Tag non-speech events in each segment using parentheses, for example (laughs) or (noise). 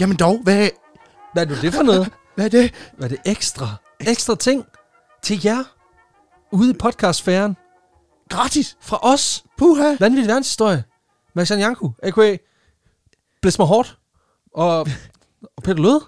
Jamen dog, hvad, Hvad er nu det for noget? hvad er det? Hvad er det ekstra? Ekstra ting til jer ude i podcastfæren Gratis? fra os. Puha! Vanvittig verdenshistorie. Max Janku, a.k.a. Blismer Hårdt og, og Peter Lød.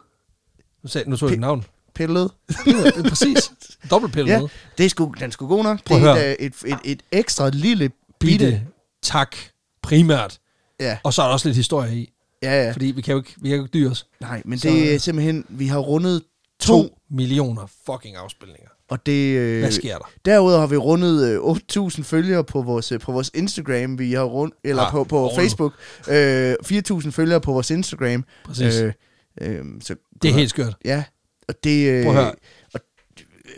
Nu, sagde, nu tog jeg Pe- navn. Pillet. Peter, præcis. Dobbelt Peter Ja, Lød. det er sgu, den er sgu god nok. Prøv det at er et, øh, et, et, et ekstra lille bitte. Bitte. Tak. Primært. Ja, Og så er der også lidt historie i. ja, ja. Fordi vi kan jo ikke, vi kan jo ikke dyre os. Nej, men Så- så, det er simpelthen, vi har rundet to, 2 millioner fucking afspilninger. og det... Øh, Hvad sker der? Derudover har vi rundet øh, 8.000 følgere på vores, øh, på vores Instagram, vi har rundt, eller Ah, på, på ovenpå. Facebook. Øh, 4.000 følgere på vores Instagram. Præcis. Øh, øh, så, det er helt skørt. Ja, og det... Øh, Prøv at høre. og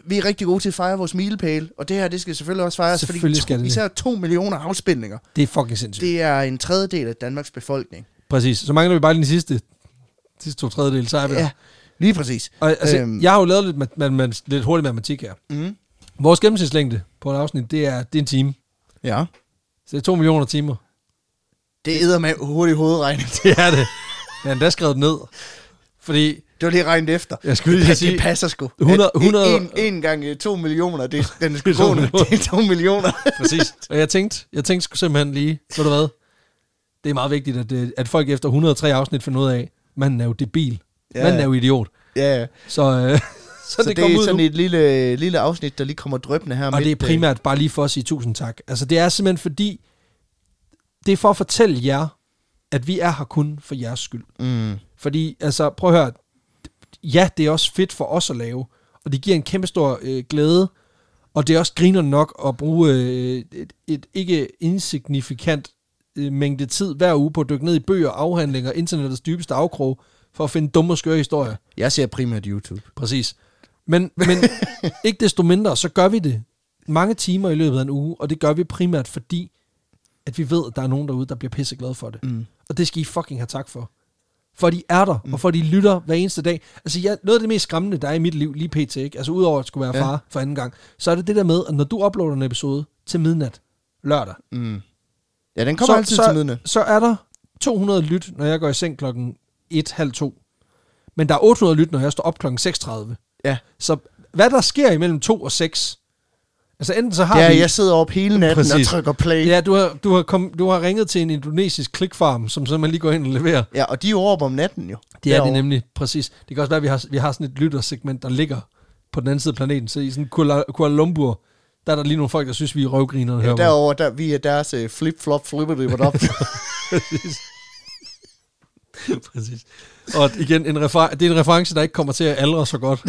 vi er rigtig gode til at fejre vores milepæl, og det her, det skal selvfølgelig også fejres, Selvfølgelig fordi skal det det. især 2 millioner afspilninger, Det er fucking sindssygt. det er en tredjedel af Danmarks befolkning. Præcis. Så mangler vi bare lige den sidste, sidste to tredjedel, så er vi der. Ja, lige præcis. Og, altså, øhm. Øhm. Jeg har jo lavet lidt, mat- mat- mat- lidt hurtig matematik her. Mm. Vores gennemsnitslængde på en afsnit, det er, det er en time. Ja. Så det er to millioner timer. (laughs) Det æder med hurtig hovedregning. Det er det. Jeg har endda skrevet det ned. Fordi, (laughs) Det var lige regnet efter. jeg skulle (laughs) lige Det, sige, det passer sgu. 100 At en- 100 en, en gang 2 millioner, (laughs) det, den er sgu Det er to god nok. millioner. Det er 2 (laughs) millioner. præcis. Og jeg tænkte, jeg tænkte sgu simpelthen lige, ved du hvad, det er meget vigtigt, at, det- at folk efter 103 afsnit finder ud af, manden er jo debil. Ja. Manden er jo idiot. Ja, ja. Så, øh, (laughs) så, Så, det, det, kom er ud sådan nu. et lille, lille afsnit, der lige kommer drøbende her. Og det er midt, øh, primært bare lige for at sige tusind tak. Altså det er simpelthen fordi, det er for at fortælle jer, at vi er her kun for jeres skyld. Mm, Fordi, altså prøv at høre, ja, det er også fedt for os at lave, og det giver en kæmpe stor øh, glæde, og det er også griner nok at bruge øh, et, et ikke insignifikant øh, mængde tid hver uge på at dykke ned i bøger, afhandlinger, internettets dybeste afkrog, for at finde dumme og skøre historier. jeg ser primært YouTube. Præcis. Men, men ikke desto mindre, så gør vi det mange timer i løbet af en uge, og det gør vi primært fordi, at vi ved, at der er nogen derude, der bliver pisseglade for det. Mm. Og det skal I fucking have tak for. For de er der, mm. og for de lytter hver eneste dag. Altså jeg, noget af det mest skræmmende, der er i mit liv lige pt. Ikke? Altså udover at skulle være Ja. far for anden gang, så er det det der med, at når du uploader en episode til midnat lørdag, Mm. Ja, den kommer så, altid så, til midnat. så er der 200 lyt, når jeg går i seng klokken 1, halv 2. Men der er 800 lyt, når jeg står op klokken 6.30. Ja. Så hvad der sker imellem 2 og 6, altså enten så har Ja, vi... jeg sidder op hele natten Præcis. og Præcis. trykker play. Ja. Ja, du har, du, har kom, du har ringet til en indonesisk klikfarm, som så man lige går ind og leverer. ja, og de er jo op om natten jo. Det er det Derovre. nemlig, præcis. Det kan også være, at vi har, vi har sådan et lyttersegment, der ligger på den anden side af planeten. Så i sådan Kuala, Kuala Lumpur, der er der lige nogle folk, der synes, vi er røvgrinerne Ja, herovre. derovre, der, vi er deres uh, flip-flop, flipper (laughs) op. Præcis. (laughs) Præcis. Og igen, en refer- det er en reference, der ikke kommer til at aldre så (laughs) godt.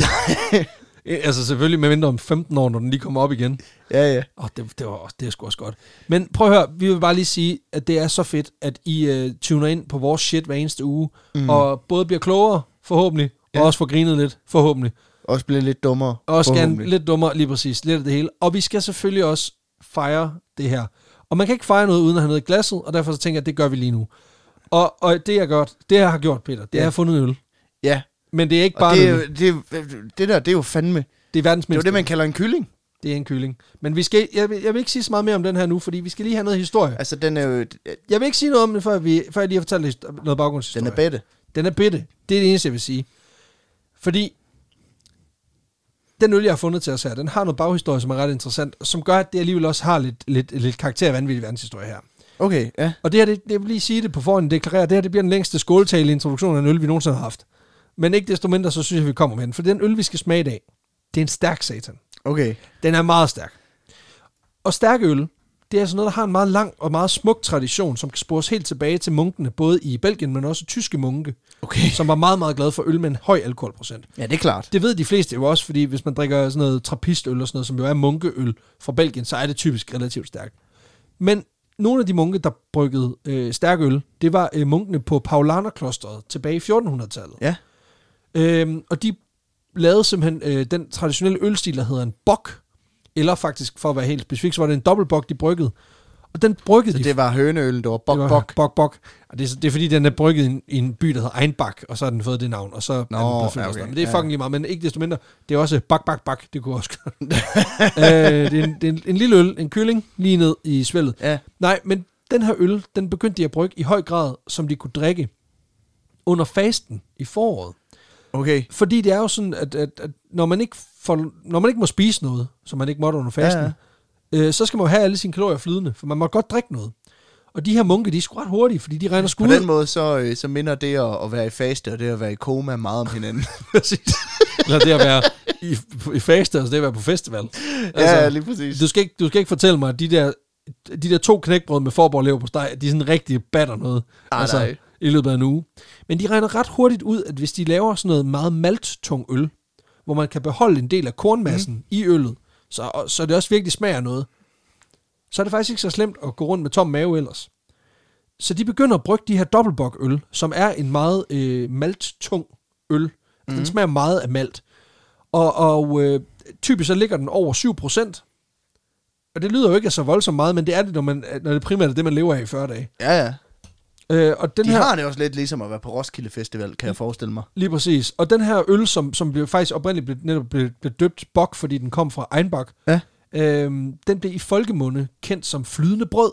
altså selvfølgelig med mindre om 15 år, når den lige kommer op igen. ja, ja. Åh, det, det, var, også- det er sgu også godt. Men prøv at høre, vi vil bare lige sige, at det er så fedt, at I øh, tuner ind på vores shit hver eneste uge, mm. og både bliver klogere, forhåbentlig, ja. og også får grinet lidt, forhåbentlig. Også bliver lidt dummere. Og også gerne forhåbentlig. lidt dummere, lige præcis. Lidt af det hele. Og vi skal selvfølgelig også fejre det her. Og man kan ikke fejre noget uden at have noget i glasset, og derfor så tænker jeg, at det gør vi lige nu. Og, og det, jeg godt, det, jeg har gjort, Peter, det er, at jeg har fundet en øl. Ja, Men det er ikke og bare det, det, er øl. jo- det, er- det der, det er jo fandme... det er verdens Det er mindste. jo det, man kalder en kylling. det er en kylling. Men vi skal, jeg, vil, jeg vil ikke sige så meget mere om den her nu, fordi vi skal lige have noget historie. Altså, den er jo... Jeg vil ikke sige noget om det, før, vi, før jeg lige har fortalt hist- noget baggrundshistorie. Den er bedre. Den er bitte. Det er det eneste, jeg vil sige. Fordi den øl, jeg har fundet til os her, den har noget baghistorie, som er ret interessant, som gør, at det alligevel også har lidt, lidt, lidt karakter af vanvittig verdenshistorie her. Okay, ja. Og det her, det, jeg vil lige sige det på forhånd, deklarere, det her det bliver den længste skåletale introduktion af en øl, vi nogensinde har haft. Men ikke desto mindre, så synes jeg, vi kommer med den. For den øl, vi skal smage i dag, det er en stærk satan. Okay. Den er meget stærk. Og stærk øl, det er sådan noget, der har en meget lang og meget smuk tradition, som kan spores helt tilbage til munkene, både i Belgien, men også tyske munke Okay. som var meget, meget glad for øl med en høj alkoholprocent. Ja, det er klart. Det ved de fleste jo også, fordi hvis man drikker sådan noget trappistøl og sådan noget, som jo er munkeøl fra Belgien, så er det typisk relativt stærkt. Men nogle af de munke, der bryggede øh, stærk øl, det var øh, munkene på Paulanerklosteret tilbage i 1400-tallet. Ja. Øhm, og de lavede simpelthen øh, den traditionelle ølstil, der hedder en bok, eller faktisk, for at være helt specifik, så var det en dobbeltbok, de bryggede. Og den bryggede Så de det var høneølen, der var bok, det var- bok. Bok, bok. Og det, er, så- det er fordi, den er brygget i en, i en by, der hedder Einbach, og så har den fået det navn, og så Nå, er den blevet fyldt ja, okay. okay. Men det er Ja. fucking lige meget, men ikke desto mindre. Det er også bak, bak, bak. Det kunne også (laughs) gøre. øh, det er, en, det er en, en lille øl, en kylling, lige ned i svældet. Ja. Nej, men den her øl, den begyndte de at brygge i høj grad, som de kunne drikke under fasten i foråret. Okay. Fordi det er jo sådan, at, at, at når, man ikke får, når man ikke må spise noget, som man ikke måtte under fasten, ja, ja. Øh, så skal man jo have alle sine kalorier flydende, for man må godt drikke noget. Og de her munke, de er sgu ret hurtige, fordi de regner sgu På ud. den måde, så, øh, så minder det at, at være i faste og det at være i koma meget om hinanden. Præcis. (laughs) Eller det at være i, i faste, altså det at være på festival. altså, ja, lige præcis. Du skal, ikke, du skal ikke fortælle mig, at de der, de der to knækbrød med forborg lever på steg, at de sådan rigtig batter noget Ah, nej. Altså, i løbet af en uge. Men de regner ret hurtigt ud, at hvis de laver sådan noget meget malttung øl, hvor man kan beholde en del af kornmassen Mhm. mm. i øllet, så, så det også virkelig smager noget, så er det faktisk ikke så slemt at gå rundt med tom mave ellers. Så de begynder at brygge de her dobbeltbokøl, som er en meget øh, malttung øl. Altså, mm. Mhm. Den smager meget af malt. Og, og øh, typisk så ligger den over 7%. Og det lyder jo ikke af så voldsomt meget, men det er det, når, man, når det primært er det, man lever af i 40 dage. Ja, ja. Øh, og den De her, har det også lidt ligesom at være på Roskilde Festival, kan jeg forestille mig. Lige præcis. Og den her øl, som, som blev faktisk oprindeligt blev, netop blev, blev døbt Bok, fordi den kom fra Einbach, Ja. øhm, den blev i folkemunde kendt som flydende brød.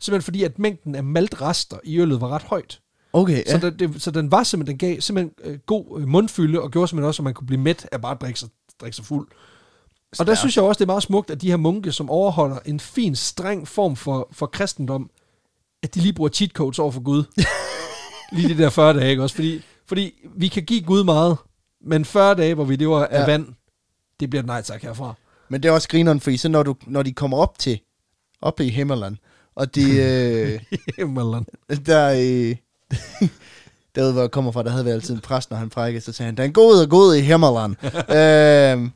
Simpelthen fordi, at mængden af maltrester i øllet var ret højt. Okay, Ja. Så, den, det, så den var simpelthen, den gav simpelthen øh, god øh, mundfylde, og gjorde simpelthen også, at man kunne blive mæt af bare at drikke sig, drikke sig fuld. Og der Stærkt. synes jeg også, det er meget smukt, at de her munke, som overholder en fin, streng form for, for kristendom, at de lige bruger cheat codes over for Gud. (laughs) lige de der 40 dage, ikke også? Fordi, fordi vi kan give Gud meget, men 40 dage, hvor vi lever af Ja. vand, det bliver et nej tak herfra. (laughs) Men det er også grineren, fordi så når, du, når de kommer op til, op i Himmerland, og de, øh, Himmerland. der, øh, (laughs) derude hvor jeg kommer fra, der havde vi altid en præst, når han prækkede, så sagde han, den gode og god i Himmerland. øhm,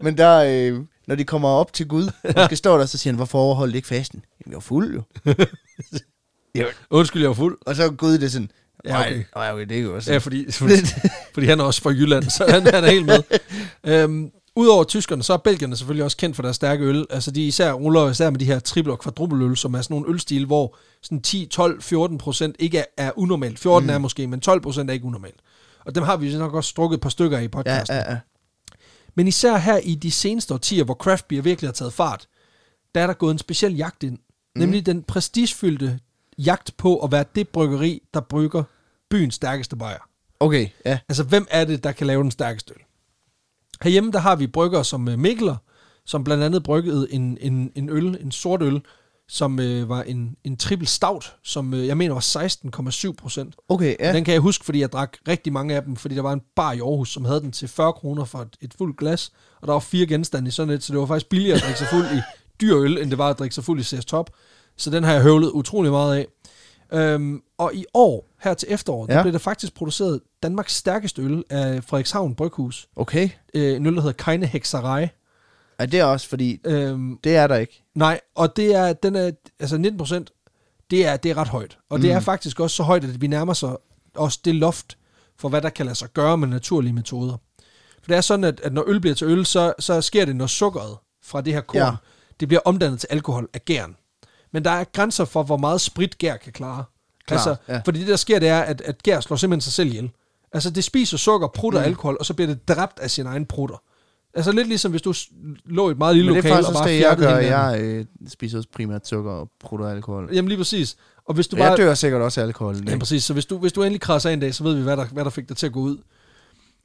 men der, øh, når de kommer op til Gud, og skal stå der, så siger han, hvorfor overholdt I ikke fasten? Jamen, jeg var fuld jo. Undskyld, jeg var fuld. Og så er Gud det sådan, Ja, nej, okay. nej, okay, det er jo også. Ja, fordi, fordi, fordi han er også fra Jylland, så han, han er helt med. Øhm, Udover tyskerne, så er belgierne selvfølgelig også kendt for deres stærke øl. Altså de især ruller især med de her triple- og kvadrupeløl, som er sådan nogle ølstil, hvor sådan 10, 12, 14 procent ikke er, er unormalt. 14 mm. er måske, men 12 procent er ikke unormalt. Og dem har vi nok også strukket et par stykker af i ja, podcasten. Ja, ja. ja, ja. Men især her i de seneste årtier, hvor craft beer virkelig har taget fart, der er der gået en speciel jagt ind. Mm. Nemlig den prestigefyldte jagt på at være det bryggeri, der brygger byens stærkeste bajer. Okay, ja. Altså, hvem er det, der kan lave den stærkeste øl? Herhjemme, der har vi brygger som øh, Mikkeler, som blandt andet bryggede en, en, en øl, en sort øl, som øh, var en, en triple stout, som øh, jeg mener var 16,7 procent. Okay, Ja. ja. Den kan jeg huske, fordi jeg drak rigtig mange af dem, fordi der var en bar i Aarhus, som havde den til 40 kroner for et, et fuldt glas, og der var fire genstande i sådan et, så det var faktisk billigere at drikke sig fuld i dyr øl, end det var at drikke sig fuld i CS Top. Så den har jeg høvlet utrolig meget af. Øhm, og i år, her til efteråret, ja. Ja. der blev der faktisk produceret Danmarks stærkeste øl af Frederikshavn Bryghus. Okay. Øh, en øl, der hedder Keine Hexerei. Ja, det er også, fordi Øhm, det er der ikke. Nej, og det er, den er, altså 19 procent, det er, det er ret højt. Og mm. det er faktisk også så højt, at vi nærmer sig også det loft for, hvad der kan lade sig gøre med naturlige metoder. For det er sådan, at, at når øl bliver til øl, så, så sker det, når sukkeret fra det her korn, ja. Ja. det bliver omdannet til alkohol af gæren. Men der er grænser for, hvor meget sprit gær kan klare. Klart, altså, ja. Fordi det, der sker, det er, at, at gær slår simpelthen sig selv ihjel. Altså, det spiser sukker, prutter mm. alkohol, og så bliver det dræbt af sin egen prutter. Altså lidt ligesom, hvis du s- lå i et meget lille Men det er lokale faktisk også og bare det, jeg fjernede gør. hinanden. Jeg øh, spiser også primært sukker og prutter og alkohol. Jamen lige præcis. Og hvis du Du bare... bare... Jeg dør sikkert også af alkoholen. Ja, ikke? præcis. Så hvis du, hvis du endelig krasser af en dag, så ved vi, hvad der, hvad der fik dig til at gå ud.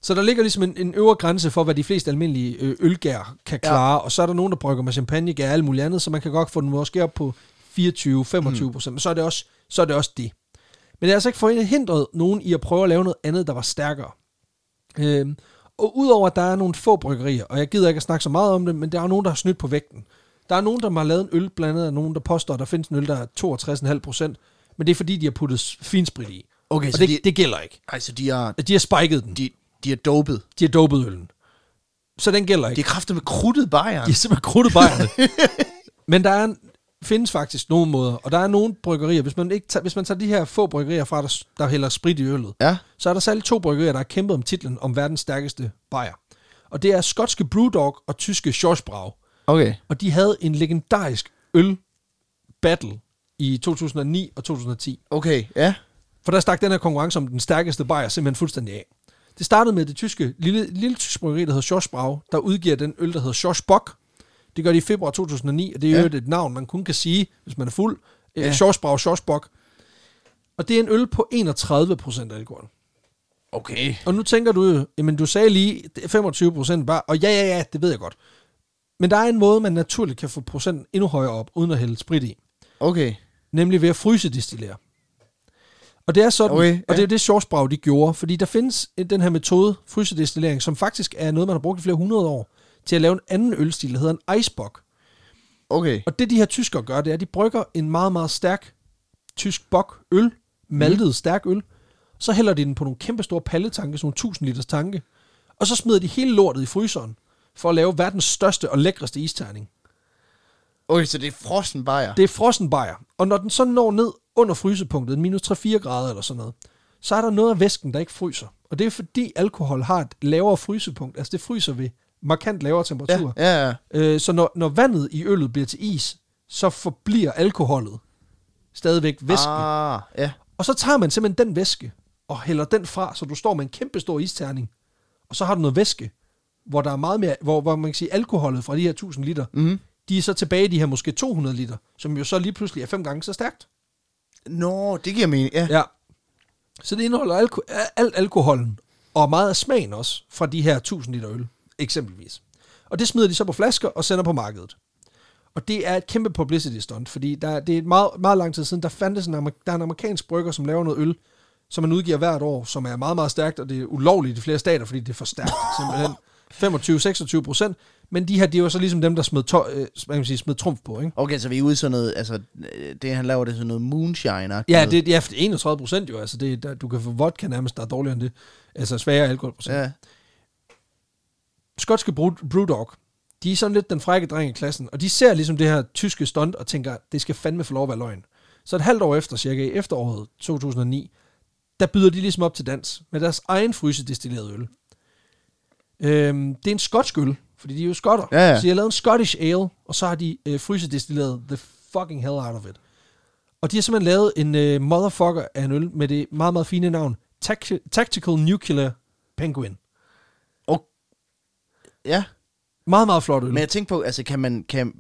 Så der ligger ligesom en, en øvre grænse for, hvad de fleste almindelige øh, ølgær kan Ja. klare. Ja. Og så er der nogen, der brygger med champagnegær og alt muligt andet, så man kan godt få den måske op på 24-25 procent. Men så er, det også, så er det også det. Men det er altså ikke forhindret nogen i at prøve at lave noget andet, der var stærkere. Øhm, og udover, at der er nogle få bryggerier, og jeg gider ikke at snakke så meget om det, men der er nogen, der har snydt på vægten. Der er nogen, der har lavet en øl, blandt andet er nogen, der påstår, at der findes en øl, der er 62,5 procent, men det er fordi, de har puttet s- finsprit i. Okay, Og så det, de, det gælder ikke. ej, så de er, De har spiket den. de, de er dopet. De har dopet øllen. Så den gælder ikke. De er kraftet med krudtet bajeren. De er simpelthen krudtet bajerne. (laughs) Men der er, en- findes faktisk nogle måder, og der er nogle bryggerier, hvis man, ikke tager, hvis man tager de her få bryggerier fra, der, s- der hælder sprit i øllet, Ja, så er der særligt to bryggerier, der har kæmpet om titlen om verdens stærkeste bajer. Og det er skotske Brewdog og tyske Schorsbrau. okay. Og de havde en legendarisk øl-battle i 2009 og 2010. Okay, ja. For der stak den her konkurrence om den stærkeste bajer simpelthen fuldstændig af. Det startede med det tyske, lille, lille tysk bryggeri, der hedder Schorsbrau, der udgiver den øl, der hedder Schorsbock. Det gør de i februar 2009, og det er jo Ja. et navn, man kun kan sige, hvis man er fuld. Ja. Ja. Schorsbrau, Schorsbock. Og det er en øl på 31% alkohol. Okay. Og nu tænker du, jo, jamen du sagde lige det er 25% bare, og ja, ja, ja, det ved jeg godt. Men der er en måde, man naturligt kan få procenten endnu højere op, uden at hælde sprit i. Okay. Nemlig ved at frysedestillere. Og det er sådan, Okay, okay, ja. ja. og det er det Schorsbrau, de gjorde, fordi der findes øh, den her metode, frysedestillering, som faktisk er noget, man har brugt i flere hundrede år, til at lave en anden ølstil, der hedder en Eisbock. Okay. Og det de her tyskere gør, det er, at de brygger en meget, meget stærk tysk bok øl, maltet mm. stærk øl, så hælder de den på nogle kæmpe store palletanke, sådan nogle 1000 liters tanke, og så smider de hele lortet i fryseren, for at lave verdens største og lækreste isterning. Okay, så det er frossen bajer. Det er frossen bajer, og når den så når ned under frysepunktet, minus 3-4 grader eller sådan noget, så er der noget af væsken, der ikke fryser. Og det er fordi alkohol har et lavere frysepunkt, altså det fryser ved markant lavere ja, temperaturer. ja, ja. Øh, så når, når vandet i øllet bliver til is, så forbliver alkoholet stadigvæk væske. Ah. Ah, ja. Og så tager man simpelthen den væske og hælder den fra, så du står med en kæmpe stor isterning, og så har du noget væske, hvor der er meget mere, hvor, hvor man kan sige, alkoholet fra de her 1000 liter, Mm. de er så tilbage i de her måske 200 liter, som jo så lige pludselig er fem gange så stærkt. Nå, det giver mening. Ja. Ja. Så det indeholder alko- alt alkoholen, og meget af smagen også, fra de her 1000 liter øl, eksempelvis. Og det smider de så på flasker og sender på markedet. Og det er et kæmpe publicity stunt, fordi der, det er meget, meget lang tid siden, der fandtes en, amer- der er en amerikansk brygger, som laver noget øl, som man udgiver hvert år, som er meget, meget stærkt, og det er ulovligt i flere stater, fordi det er for stærkt, simpelthen. 25-26 procent. Men de her, de er jo så ligesom dem, der smed, to- øh, hvad kan man sige, smed trumf på, ikke? Okay, så vi er ude i sådan noget, altså, øh, det han laver, det er sådan noget moonshine Ja, det, ja, 31 procent jo. Altså det, der, du kan få vodka nærmest, der er dårligere end det. Altså svagere alkoholprocent. Ja. Ja. Skotske brew- Brewdog, de er sådan lidt den frække dreng i klassen, og de ser ligesom det her tyske stunt og tænker, det skal fandme få lov at være løgn. Så et halvt år efter, cirka i efteråret 2009, der byder de ligesom op til dans med deres egen frysedestillerede øl. Øhm, det er en skotsk øl, fordi de er jo skotter. Ja, ja. Så de har lavet en Scottish Ale, og så har de øh, frysedestilleret the fucking hell out of it. Og de har simpelthen lavet en øh, motherfucker af en øl med det meget, meget fine navn Tac- Tactical Nuclear Penguin. ja. Meget, meget flot øl. Men jeg tænkte på, altså, kan man, kan,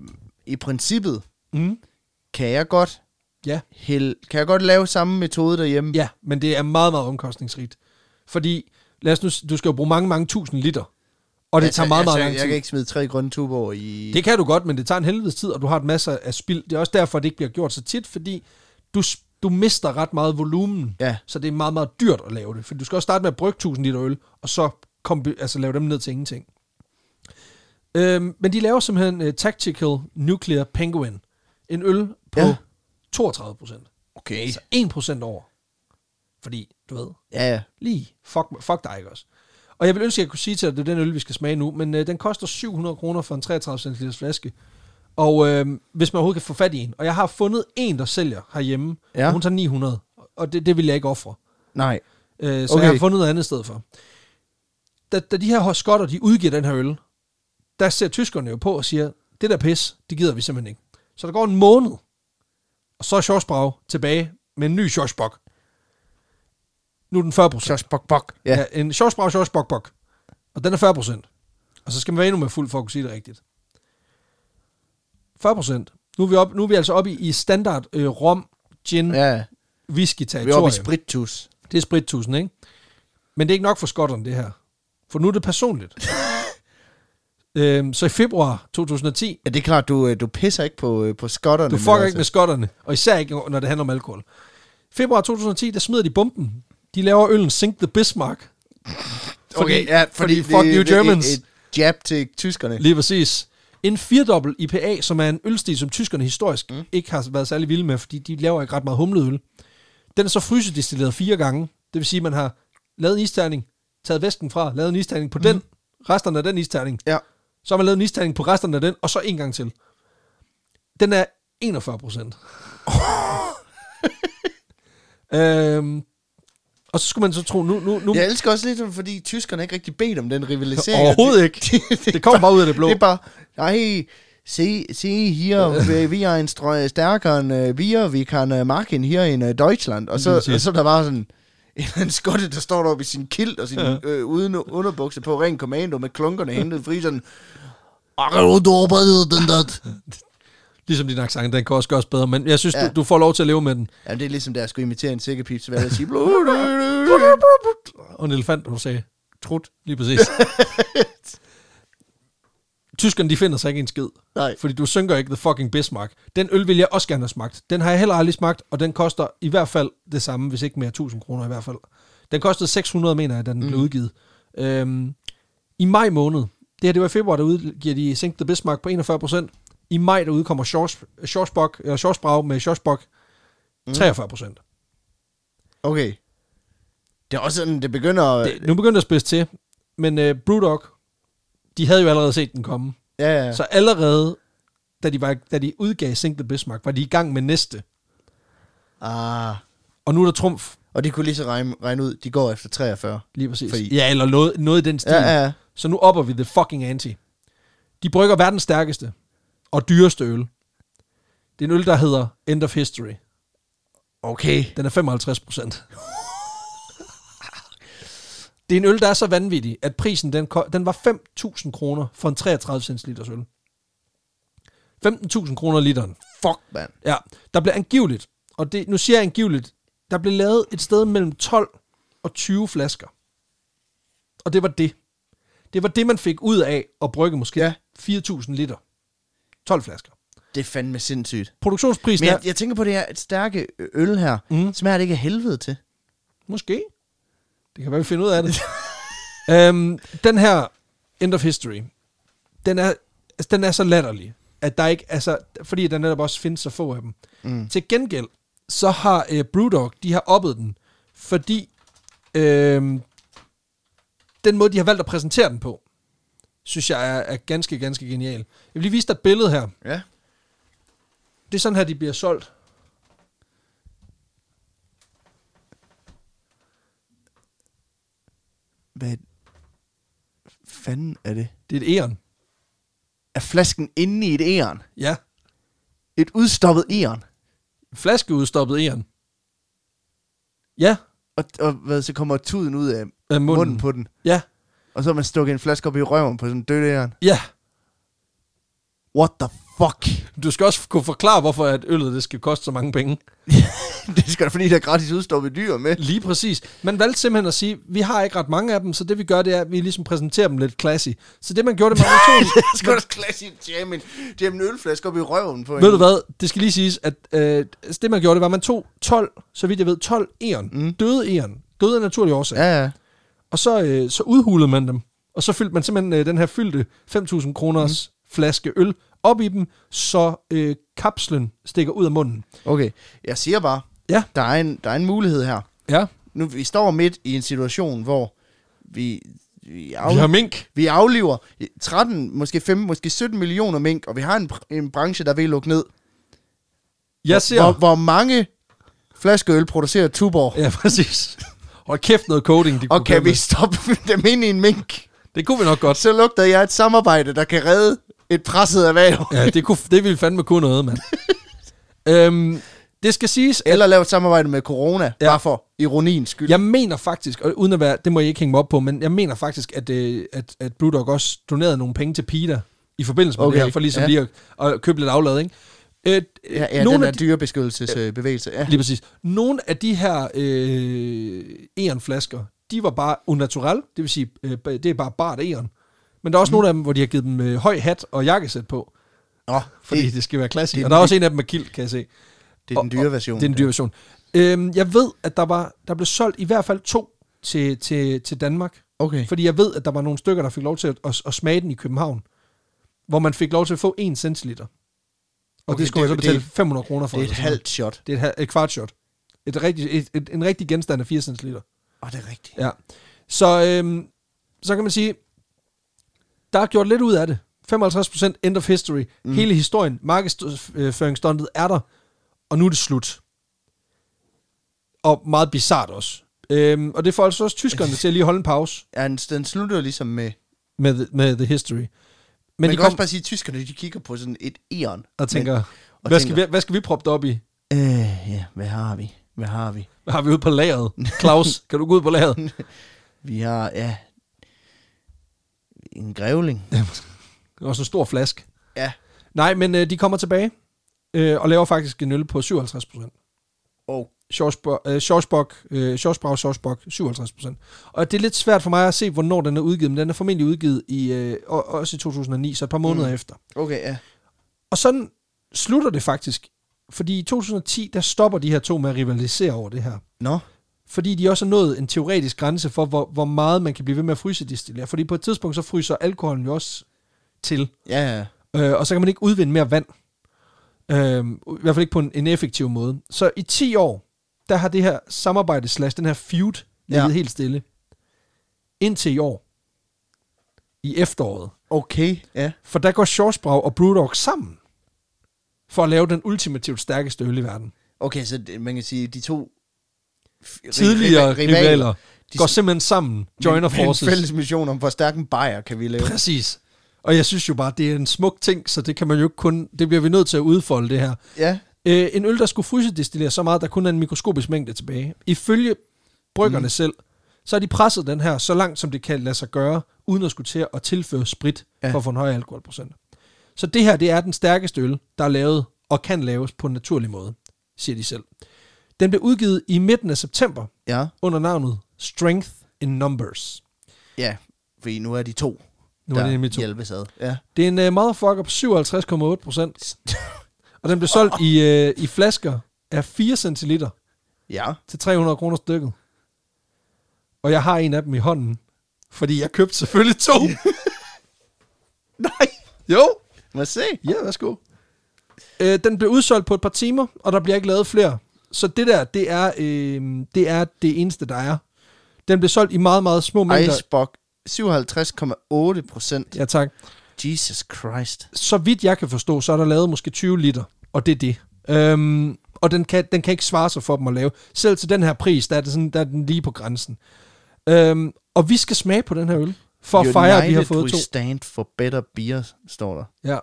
i princippet, mm. kan jeg godt, Ja. hælde, kan jeg godt lave samme metode derhjemme? Ja, men det er meget, meget omkostningsrigt. Fordi, lad os nu, s- du skal jo bruge mange, mange tusind liter. Og det tager meget, meget lang Altså, jeg, jeg kan tid. ikke smide tre grønne tuber i... Det kan du godt, men det tager en helvedes tid, og du har et masse af spild. Det er også derfor, det ikke bliver gjort så tit, fordi du, s- du mister ret meget volumen. Ja. Så det er meget, meget dyrt at lave det. For du skal også starte med at brygge 1000 liter øl, og så kombi- altså lave dem ned til ingenting. Øhm, men de laver simpelthen uh, Tactical Nuclear Penguin. En øl på Ja. ja. 32 procent. Okay. Altså 1 procent over. Fordi, du ved, Ja, ja. lige fuck, fuck dig ikke også. Og jeg vil ønske, at jeg kunne sige til dig, at det er den øl, vi skal smage nu, men øh, den koster 700 kroner for en 33 cl flaske. Og øh, hvis man overhovedet kan få fat i en. Og jeg har fundet en, der sælger herhjemme, Ja. og hun tager 900. Og det, det vil jeg ikke ofre. Nej. Øh, Okay. så okay. jeg har fundet noget andet sted for. Da, da de her skotter, de udgiver den her øl, der ser tyskerne jo på og siger, det der pis, det gider vi simpelthen ikke. Så der går en måned, og så er Schorsbrau tilbage med en ny Schorsbock. Nu er den 40 procent. Schorsbock, bok. Ja. Ja. ja. en Schorsbrau, Schorsbock, bok. Og den er 40 procent. Og så skal man være endnu mere fuld for at kunne sige det rigtigt. 40 procent. Nu er vi, op, nu er vi altså oppe i, i standard øh, rom, gin, ja. Ja, vi er whisky-territorium. oppe i sprittus. Det er sprittusen, ikke? Men det er ikke nok for skotterne, det her. For nu er det (laughs) personligt. øhm, så i februar 2010, Ja, det er klart, du, øh, du pisser ikke på, øh, på skotterne. du men fucker ikke altså- med skotterne, og især ikke, når det handler om alkohol. Februar 2010, der smider de bomben. De laver øllen Sink the Bismarck. Okay, ja, fordi, fuck det- you det er Germans. Et, et jab til tyskerne. Lige præcis. En firdobbelt IPA, som er en ølstil, som tyskerne historisk mm. ikke har været særlig vilde med, fordi de laver ikke ret meget humleøl. Den er så frysedestilleret fire gange. Det vil sige, at man har lavet en isterning, taget væsken fra, lavet en isterning på mm. den, resterne af den isterning. Ja. Så har man lavet en isterning på resterne af den, og så en gang til. Den er (laughs) 41 procent. øhm, og så skulle man så tro, nu... nu, nu Jeg elsker også lidt, fordi tyskerne ikke rigtig bedt om den rivalisering. Overhovedet ikke. (laughs) det, Det kommer bare ud af det blå. Det er bare, nej, se, se her, vi- vi er en strø, stærkere end øh, vi, og vi kan øh, marken her i øh, Deutschland. Og så, Lige præcis. og så er der bare sådan en eller anden skotte, der står deroppe i sin kilt og sin ja. Ja. øh, uden underbukser på, ren kommando med klunkerne hentet fri sådan, Arre, du arbejder den der. Ligesom din accent, den kan også gøres bedre, men jeg synes, ja. Ja. du, du får lov til at leve med den. Jamen, det er ligesom, der jeg skulle imitere en sikkepip, så vil jeg sige... Blu, blu, Og en elefant, du sagde. Trut, lige præcis. Tyskerne, de finder sig ikke en skid. Nej. Fordi du synker ikke The Fucking Bismarck. Den øl vil jeg også gerne have smagt. Den har jeg heller aldrig smagt, og den koster i hvert fald det samme, hvis ikke mere 1000 kroner i hvert fald. Den kostede 600, mener jeg, da den mm. blev udgivet. Øhm, I maj måned, det her det var i februar, der udgiver de Sink the Bismarck på 41%. I maj, der udkommer Schors- Schorsbock, eller Schorsbrau med Schorsbock, 43%. Okay. Det er også sådan, det begynder... at- Det, nu begyndte det at spidse til, men øh, Brewdog, de havde jo allerede set den komme. Ja, ja. Ja. Så allerede, da de, var, da de udgav Sink the Bismarck, var de i gang med næste. Ah. Og nu er der trumf, Og de kunne lige så regne, regne ud, de går efter 43. lige præcis. Fordi- Ja, eller noget, noget i den stil. Ja, ja, ja. Så nu opper vi the fucking anti. De brygger verdens stærkeste og dyreste øl. Det er en øl, der hedder End of History. Okay. Den er 55 procent. Det er en øl, der er så vanvittig, at prisen den, ko- den var 5.000 kroner for en 33 cents liters øl. 15.000 kroner literen. Fuck, mand. Ja, der blev angiveligt, og det, nu siger jeg angiveligt, der blev lavet et sted mellem 12 og 20 flasker. Og det var det. Det var det, man fik ud af at brygge måske ja. Ja. 4.000 liter. 12 flasker. Det er fandme sindssygt. Produktionsprisen Men er jeg, jeg tænker på det her et stærke ø- øl her. Mm. Mm. Smager det ikke af helvede til? Måske. Det kan være, vi finder ud af det. øhm, den her End of History, den er, altså, den er så latterlig, at der ikke, altså, fordi der netop også findes så få af dem. Mm. Til gengæld, så har øh, Brewdog, de har oppet den, fordi øh, den måde, de har valgt at præsentere den på, synes jeg er, er ganske, ganske genial. Jeg vil lige vise dig et billede her. Ja. Det er sådan her, de bliver solgt. Hvad fanden er det? Det er et æren. Er flasken inde i et æren? Ja. Et udstoppet æren? Flaskeudstoppet æren. Ja. Og, og hvad, så kommer tuden ud af Af munden. munden på den. Ja, Og så har man stukket en flaske op i røven på sådan en død æren. ja. What the fuck? Du skal også kunne forklare, hvorfor at øllet det skal koste så mange penge. det skal da fordi, der er gratis udstoppet dyr med. Lige præcis. Man valgte simpelthen at sige, vi har ikke ret mange af dem, så det vi gør, det er, at vi ligesom præsenterer dem lidt classy. Så det man gjorde, (laughs) det var to... Det skal også (laughs) klassisk jamme en, jamme en ølflaske op i røven på en. Ved du hvad, det skal lige siges, at øh, altså det man gjorde, det var, at man tog 12, så vidt jeg ved, 12 æren, mm. døde æren, døde af naturlige årsager. Ja. Ja, ja. Og så, øh, så udhulede man dem, og så fyldte man simpelthen øh, den her fyldte 5.000 kroners mm. flaske øl op i dem, så øh, kapslen stikker ud af munden. Okay, jeg siger bare, Ja, der er en, der er en mulighed her. ja. Nu, vi står midt i en situation, hvor vi, vi, af, Vi har mink. vi afliver 13, måske 15, måske 17 millioner mink, og vi har en, br- en branche, der vil lukke ned. Jeg ser... Hvor, hvor mange flaskeøl producerer Tuborg? Ja, (laughs) præcis. Hold kæft noget coding, de kunne Og køre kan vi med. stoppe (laughs) dem ind i en mink? Det kunne vi nok godt. Så lugter jeg et samarbejde, der kan redde et presset erhverv. Ja, det, kunne, det ville fandme kunne (laughs) noget, mand. øhm, det skal siges, at Eller lave et samarbejde med corona, Ja. ja. bare for ironiens skyld. jeg mener faktisk, og uden at være, det må jeg ikke hænge mig op på, men jeg mener faktisk, at, øh, at, at Blue Dog også donerede nogle penge til Peter i forbindelse med okay. Okay, det her, for ligesom ja. ja. lige at, at købe lidt aflad, ikke? Øh, Ja, ja nogle den der af de- dyrebeskyttelsesbevægelse. Ja. Lige præcis. Nogle af de her øh, ærenflasker, de var bare unnatural, det vil sige, øh, det er bare bart æren. Men der er også Mhm. mm. nogle af dem, hvor de har givet dem øh, høj hat og jakkesæt på, Nå, fordi det, det, det skal være klassisk. det er Og der er en også en af dem med kilt, kan jeg se. det er den og- dyre version. Det er en dyr version. Øhm, jeg ved, at der, var, der blev solgt i hvert fald to til, til, til Danmark. Okay. Fordi jeg ved, at der var nogle stykker, der fik lov til at, at, at smage den i København. Hvor man fik lov til at få 1 centiliter. Og okay, Okay, det skulle det- jeg så betale det- 500 kroner for. Det er et eller sådan halvt shot. noget. Det er et, hal- et kvart shot. Et rigtig, et, et, en rigtig genstand af 4 centiliter. Åh, det er rigtigt. Ja. Så, øhm, så kan man sige, der er gjort lidt ud af det. 55% end of history. Mm. Hele historien, markedsføringsstuntet er der, og nu er det slut. Og meget bizart også. Øhm, og det får altså også (laughs) tyskerne til at lige holde en pause Ja, den, den slutter ligesom med... Men med the, med the history. Men Man de kan kom også bare sige, at tyskerne de kigger på sådan et æren. og tænker, og hvad, skal vi, hvad skal vi proppe det op i? Øh, ja, hvad har vi? Hvad har vi? Hvad har vi ude på (laughs) lageret? Claus, kan du gå ud på lageret? Vi har, ja... En grævling. Det er også en stor flaske. Ja. Nej, men øh, de kommer tilbage. øh, og laver faktisk en øl på 57 procent. Oh. Schorsbach, øh, Schorsbrau Schorsbach, 57%. Og det er lidt svært for mig at se, hvornår den er udgivet, men den er formentlig udgivet i, øh, og- også i 2009, så et par måneder mm. efter. Okay, ja. Og sådan slutter det faktisk, fordi i 2010, der stopper de her to med at rivalisere over det her. Nå, Fordi de også har nået en teoretisk grænse for, hvor, hvor meget man kan blive ved med at fryse destillere. Fordi på et tidspunkt, så fryser alkoholen jo også til. ja, ja. Øh, og så kan man ikke udvinde mere vand. Øh, I hvert fald ikke på en, en effektiv måde. Så i 10 år, der har det her samarbejde slash den her feud ligget Ja. ja. helt stille. Indtil i år. I efteråret. Okay, ja. For der går Shorsbrau og Brewdog sammen for at lave den ultimativt stærkeste øl i verden. Okay, så det, man kan sige, de to f- ri- Tidligere riva- rivaler, rivaler de- går simpelthen sammen. Joiner med en forces. fælles mission om, hvor stærk en bajer kan vi (laughs) lave. Præcis. Og jeg synes jo bare, det er en smuk ting, så det kan man jo ikke kun... Det bliver vi nødt til at udfolde, det her. Ja, Øh, en øl, der skulle frysedestillere så meget, der kun er en mikroskopisk mængde tilbage. Ifølge bryggerne mm. selv, så har de presset den her så langt, som det kan lade sig gøre, uden at skulle til at tilføre sprit Ja. ja. for at få en høj alkoholprocent. Så det her, det er den stærkeste øl, der er lavet og kan laves på en naturlig måde, siger de selv. Den blev udgivet i midten af september ja, under navnet Strength in Numbers. ja. Fordi nu er de to, Nu er det nemlig to. hjælpes ad. Ja. Det er en uh, motherfucker på 57,8 (laughs) procent. og den blev solgt i, uh, i flasker af 4 centiliter ja. til 300 kroner stykket. Og jeg har en af dem i hånden. Fordi jeg købte selvfølgelig to. Nej. Jo. Må se. (laughs) Ja, værsgo. Øh, den blev udsolgt på et par timer, og der bliver ikke lavet flere. Så det der, det er, øh, det, er det eneste, der er. Den blev solgt i meget, meget små mængder. Icebox 57,8 procent. Ja, tak. Jesus Christ. så vidt jeg kan forstå, så er der lavet måske 20 liter, og det er det. Øhm, og den kan, den kan ikke svare sig for dem at lave. Selv til den her pris, der er, det sådan, der er den lige på grænsen. Øhm, og vi skal smage på den her øl, for at fejre, at vi har United fået we to. stand for better beer, står der. Ja.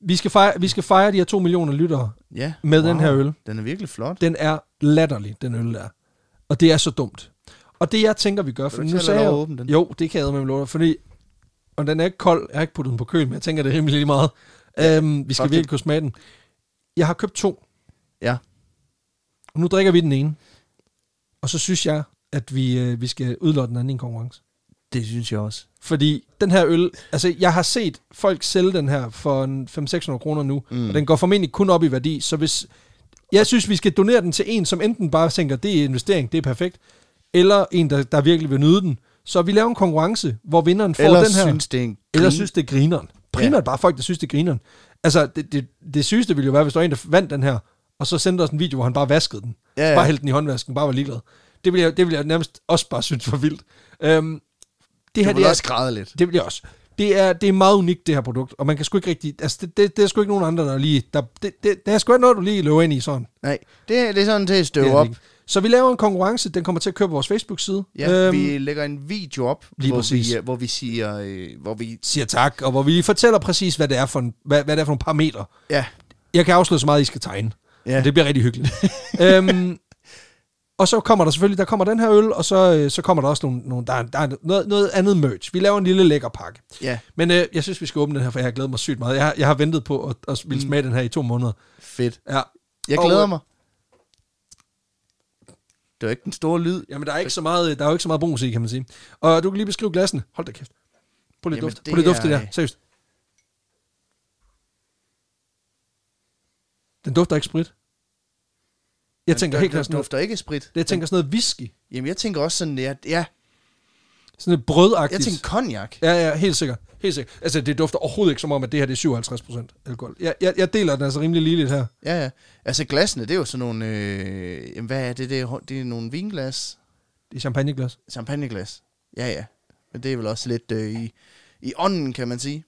Vi skal, fejre, vi skal fejre de her to millioner lyttere Ja. med wow. den her øl. Den er virkelig flot. Den er latterlig, den øl der. Og det er så dumt. Og det jeg tænker, vi gør, du for ikke nu selv sagde have jeg, lov at åbne den? jo, det kan jeg med lov, fordi, og den er ikke kold, jeg har ikke puttet den på køl, men jeg tænker, det er rimelig lige meget. Øhm, vi skal fuck virkelig det. kunne smage den. Jeg har købt to, Ja. og nu drikker vi den ene. Og så synes jeg, at vi, øh, vi skal udlåde den anden i en konkurrence. Det synes jeg også. Fordi den her øl, altså jeg har set folk sælge den her for en 500-600 kroner nu, mm. og den går formentlig kun op i værdi, så hvis, jeg synes vi skal donere den til en, som enten bare tænker, det er investering, det er perfekt, eller en, der, der virkelig vil nyde den. Så vi laver en konkurrence, hvor vinderen får Ellers den her. synes det er en Eller grin. synes, det er grineren. Primært ja. bare folk, der synes, det er grineren. Altså, det, det, det sygeste ville jo være, hvis der var en, der vandt den her, og så sendte os en video, hvor han bare vaskede den. Ja, Ja, ja. ja. Bare hældte den i håndvasken, bare var ligeglad. Det ville jeg, det ville jeg nærmest også bare synes var vildt. Øhm, det her, Du det vil er, også græde lidt. det vil jeg også. Det er, det er meget unikt, det her produkt, og man kan sgu ikke rigtig... Altså, det, det, det er sgu ikke nogen andre, der lige... Der, det, det, det er sgu ikke noget, du lige løber ind i sådan. Nej, det, det er sådan til at Det støve er det op. ikke. Så vi laver en konkurrence, den kommer til at køre på vores Facebook-side. Ja, øhm, vi lægger en video op, lige hvor præcis. vi, øh, hvor vi siger, øh, hvor vi... siger tak, og hvor vi fortæller præcis, hvad det er for, en, hvad, hvad det er for nogle parametre. Ja, Jeg kan afsløre så meget, I skal tegne. ja. Ja. Det bliver rigtig (laughs) hyggeligt. øhm, og så kommer der selvfølgelig, der kommer den her øl, og så, øh, så kommer der også nogle, nogle der, er, der er noget, noget andet merch. Vi laver en lille lækker pakke. ja. Men øh, jeg synes, vi skal åbne den her, for jeg har glædet mig sygt meget. Jeg har, jeg har ventet på at, at ville Mm. smage den her i to måneder. fedt. Ja. Jeg Og, glæder øh, mig. Det var ikke den store lyd. Jamen, der er, ikke så meget, der er jo ikke så meget brus i, kan man sige. Og du kan lige beskrive glassene. Hold da kæft. Prøv lige Jamen, duft. det Prøv lige duft det er- der. Seriøst. Den dufter ikke sprit. Jeg Den- tænker den- helt den klart sådan noget. dufter ikke af sprit. Jeg tænker sådan noget whisky. Jamen, jeg tænker også sådan, ja, ja Sådan noget brødagtigt. jeg tænker cognac. Ja, ja, helt sikkert. Helt sikkert. Altså, det dufter overhovedet ikke som om, at det her det er 57 procent alkohol. Jeg, jeg, jeg deler den altså rimelig ligeligt her. Ja, ja. Altså, glassene, det er jo sådan nogle... Øh, jamen, hvad er det? Det er, hå- det er nogle vinglas. Det er champagneglas. Champagneglas. Ja, ja. Men det er vel også lidt øh, i, i ånden, kan man sige.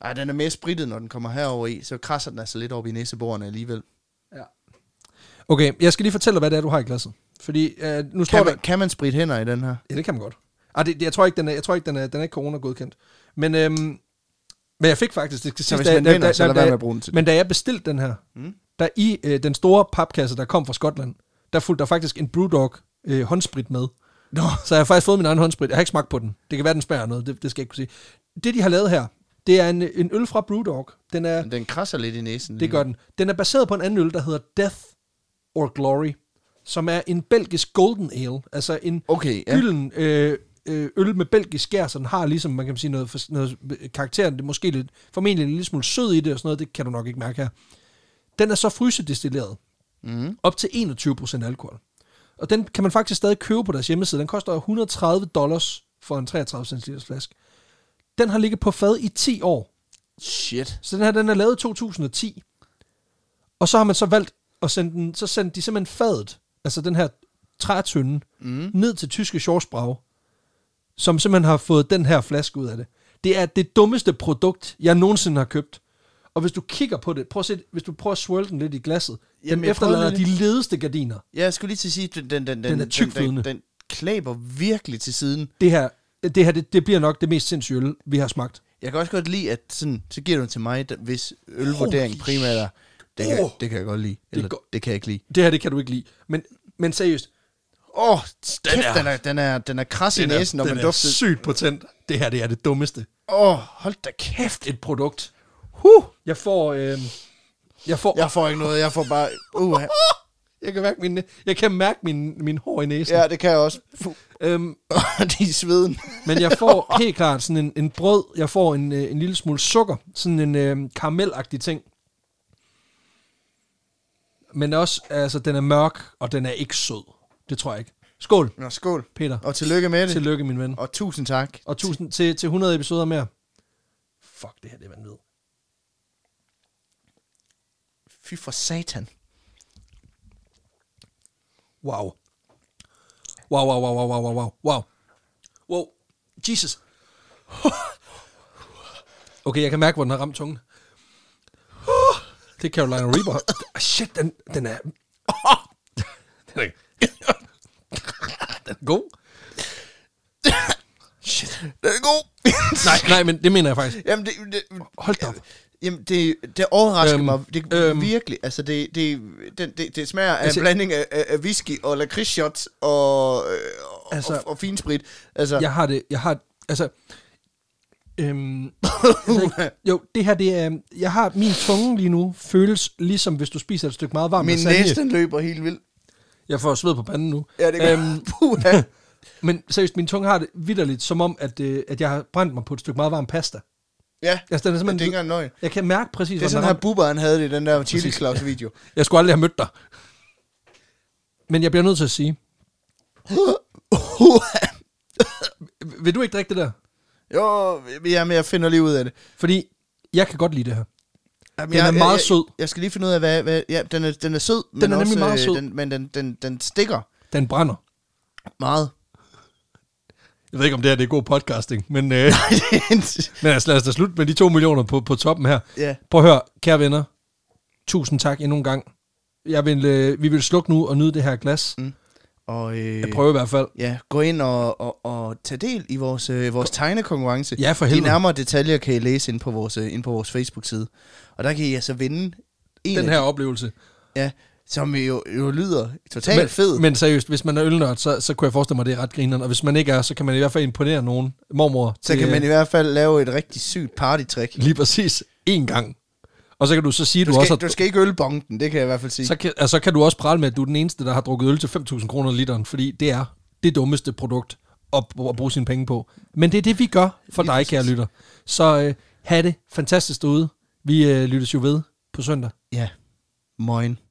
Ej, den er mere spritet, når den kommer herover i. Så krasser den altså lidt op i næseborene alligevel. Okay, jeg skal lige fortælle dig, hvad det er, du har i glasset. Fordi øh, nu står Kan der... man, kan man spritte hænder i den her? Ja, det kan man godt. Ah, det, det- jeg tror ikke, den er, jeg tror ikke, den er, den er ikke corona-godkendt. Men, øhm, men jeg fik faktisk... Det skal Så siges, hvis man da- da- vinder, da- så lad da- være med at bruge den til Men da jeg bestilte den her, Mm. mm. der i øh, den store papkasse, der kom fra Skotland, der fulgte der faktisk en Brewdog øh, håndsprit med. Nå. Så jeg har faktisk fået min egen håndsprit. Jeg har ikke smagt på den. Det kan være, den smager af noget. Det, det skal jeg ikke kunne sige. Det, de har lavet her, Det er en, en øl fra Brewdog. Den er, Men Den krasser lidt i næsen. det gør den. Den er baseret på en anden øl, der hedder Death or Glory, som er en belgisk golden ale. Altså en Okay, ja. gylden øh, øh, øl med belgisk skær, så den har ligesom, man kan sige, noget, for- noget karakteren, det er måske lidt, formentlig en lille smule sød i det og sådan noget, det kan du nok ikke mærke her. Den er så frysedestilleret, Mm. op til 21% alkohol. Og den kan man faktisk stadig købe på deres hjemmeside. Den koster 130 dollars for en 33 cl flaske. Den har ligget på fad i 10 år. Shit. Så den her, den er lavet i 2010. Og så har man så valgt at sende den, så sendte de simpelthen fadet, altså den her trætønde, Mm. ned til tyske Schorsbrau, som simpelthen har fået den her flaske ud af det. Det er det dummeste produkt, jeg nogensinde har købt. Og hvis du kigger på det, prøv at se, hvis du prøver at swirl den lidt i glasset, Jamen, Jamen, den jeg prøvede efterlader de lige- ledeste gardiner. Jeg skulle lige til at sige, den, den, den, Den er tykflydende. Den, den, den klæber virkelig til siden. Det her, det, her det, det bliver nok det mest sindssyge øl, vi har smagt. Jeg kan også godt lide, at sådan, så giver du den til mig, da- hvis ølvurdering Holy primært er, det kan, Oh. det kan jeg godt lide, eller det, går- det kan jeg ikke lide. Det her, det kan du ikke lide. Men, men seriøst, Åh, oh, Den kæft, er- den er, den er, den er kras i næsen, når den man er dufter. sygt potent. Det her, det er det dummeste. Åh, oh, hold da kæft. Kæft et produkt. Huh. Jeg får... Øh, jeg får... Jeg får ikke noget, jeg får bare, uh, Jeg kan mærke min, jeg kan mærke min, min hår i næsen. ja, det kan jeg også. Puh, Øhm, (laughs) de er sveden. men jeg (laughs) får helt klart sådan en, en brød, jeg får en, øh, en lille smule sukker, sådan en øh, karamelagtig ting. Men også, altså, den er mørk, og den er ikke sød. Det tror jeg ikke. Skål, Nå, skål. Peter. Og tillykke med det. Tillykke, min ven. Og tusind tak. Og tusind til, til 100 episoder mere. Fuck, det her, det er vanvittigt. Fy for satan. Wow. Wow, wow, wow, wow, wow, wow, wow, wow. Wow. Jesus. Okay, jeg kan mærke, hvor den har ramt tungen. Det er Carolina Reaper. Ah, Shit, den, den er... Den er, den er god. Shit. Den er god. (laughs) Nej, nej, men det mener jeg faktisk. Jamen, det, det, Hold da op. Jamen, det, det overrasker Øhm, øhm, mig det, øhm. øhm, virkelig. Altså, det, det, den, det, det smager af Altså- en blanding af, af, af whisky og lakridsshots og, øh, og, Altså- altså, og, og finsprit. Altså, (laughs) ja. Jeg har det, jeg har, altså, øhm, altså, ikke- jo, det her, det er, jeg har, min tunge lige nu føles ligesom, hvis du spiser et stykke meget varmt min lasagne. næse den løber helt vildt. Jeg får sved på panden nu. Ja, det gør (laughs) øhm, Puha. men seriøst, min tunge har det vidderligt, som om, at, øh, at jeg har brændt mig på et stykke meget varm pasta. Ja, Altså, den men det er er simpelthen, ikke engang løgn. jeg kan mærke præcis, Det er hvor den sådan er her, ramt. bubberen havde det i den der Chili Claus video. Jeg skulle aldrig have mødt dig. Men jeg bliver nødt til at sige, vil du ikke drikke det der? (laughs) jo, jamen, jeg finder lige ud af det. Fordi jeg kan godt lide det her. Jamen, Den er meget jeg, sød. Jeg, jeg skal lige finde ud af, hvad... hvad ja, den er, den er sød, den men, er nemlig også, øh, meget sød. Den, men den, den, den stikker Den brænder. meget. Jeg ved ikke, om det her det er god podcasting, men, øh, men altså, lad os da slutte med de to millioner på, på toppen her. ja. Prøv at høre, kære venner. Tusind tak endnu en gang. Jeg vil, øh, vi vil slukke nu og nyde det her glas. Mm. Og, øh, Jeg prøver i hvert fald. Ja, gå ind og, og, og tag del i vores, øh, vores tegnekonkurrence. Ja, for De helvede. nærmere detaljer kan I læse ind på vores, øh, ind på vores Facebook-side. Og der kan I altså vinde en Den af her oplevelse. de- Ja, som jo, jo lyder totalt men, fed. Men seriøst, hvis man er ølnørd, så, så kunne jeg forestille mig, at det er ret grineren. Og hvis man ikke er, så kan man i hvert fald imponere nogen. Mormor. så kan øh, man i hvert fald lave et rigtig sygt partytrick. Lige præcis én gang. Og så kan du så sige, at Du du, skal, også du har... skal ikke ølbonken, det kan jeg i hvert fald sige. Så kan, altså, så kan du også prale med, at du er den eneste, der har drukket øl til 5.000 kroner literen, fordi det er det dummeste produkt at, at bruge sine penge på. Men det er det, vi gør for dig, kære lytter. Så øh, have det fantastisk derude. Vi øh, lyttes jo ved på søndag. Ja, moin.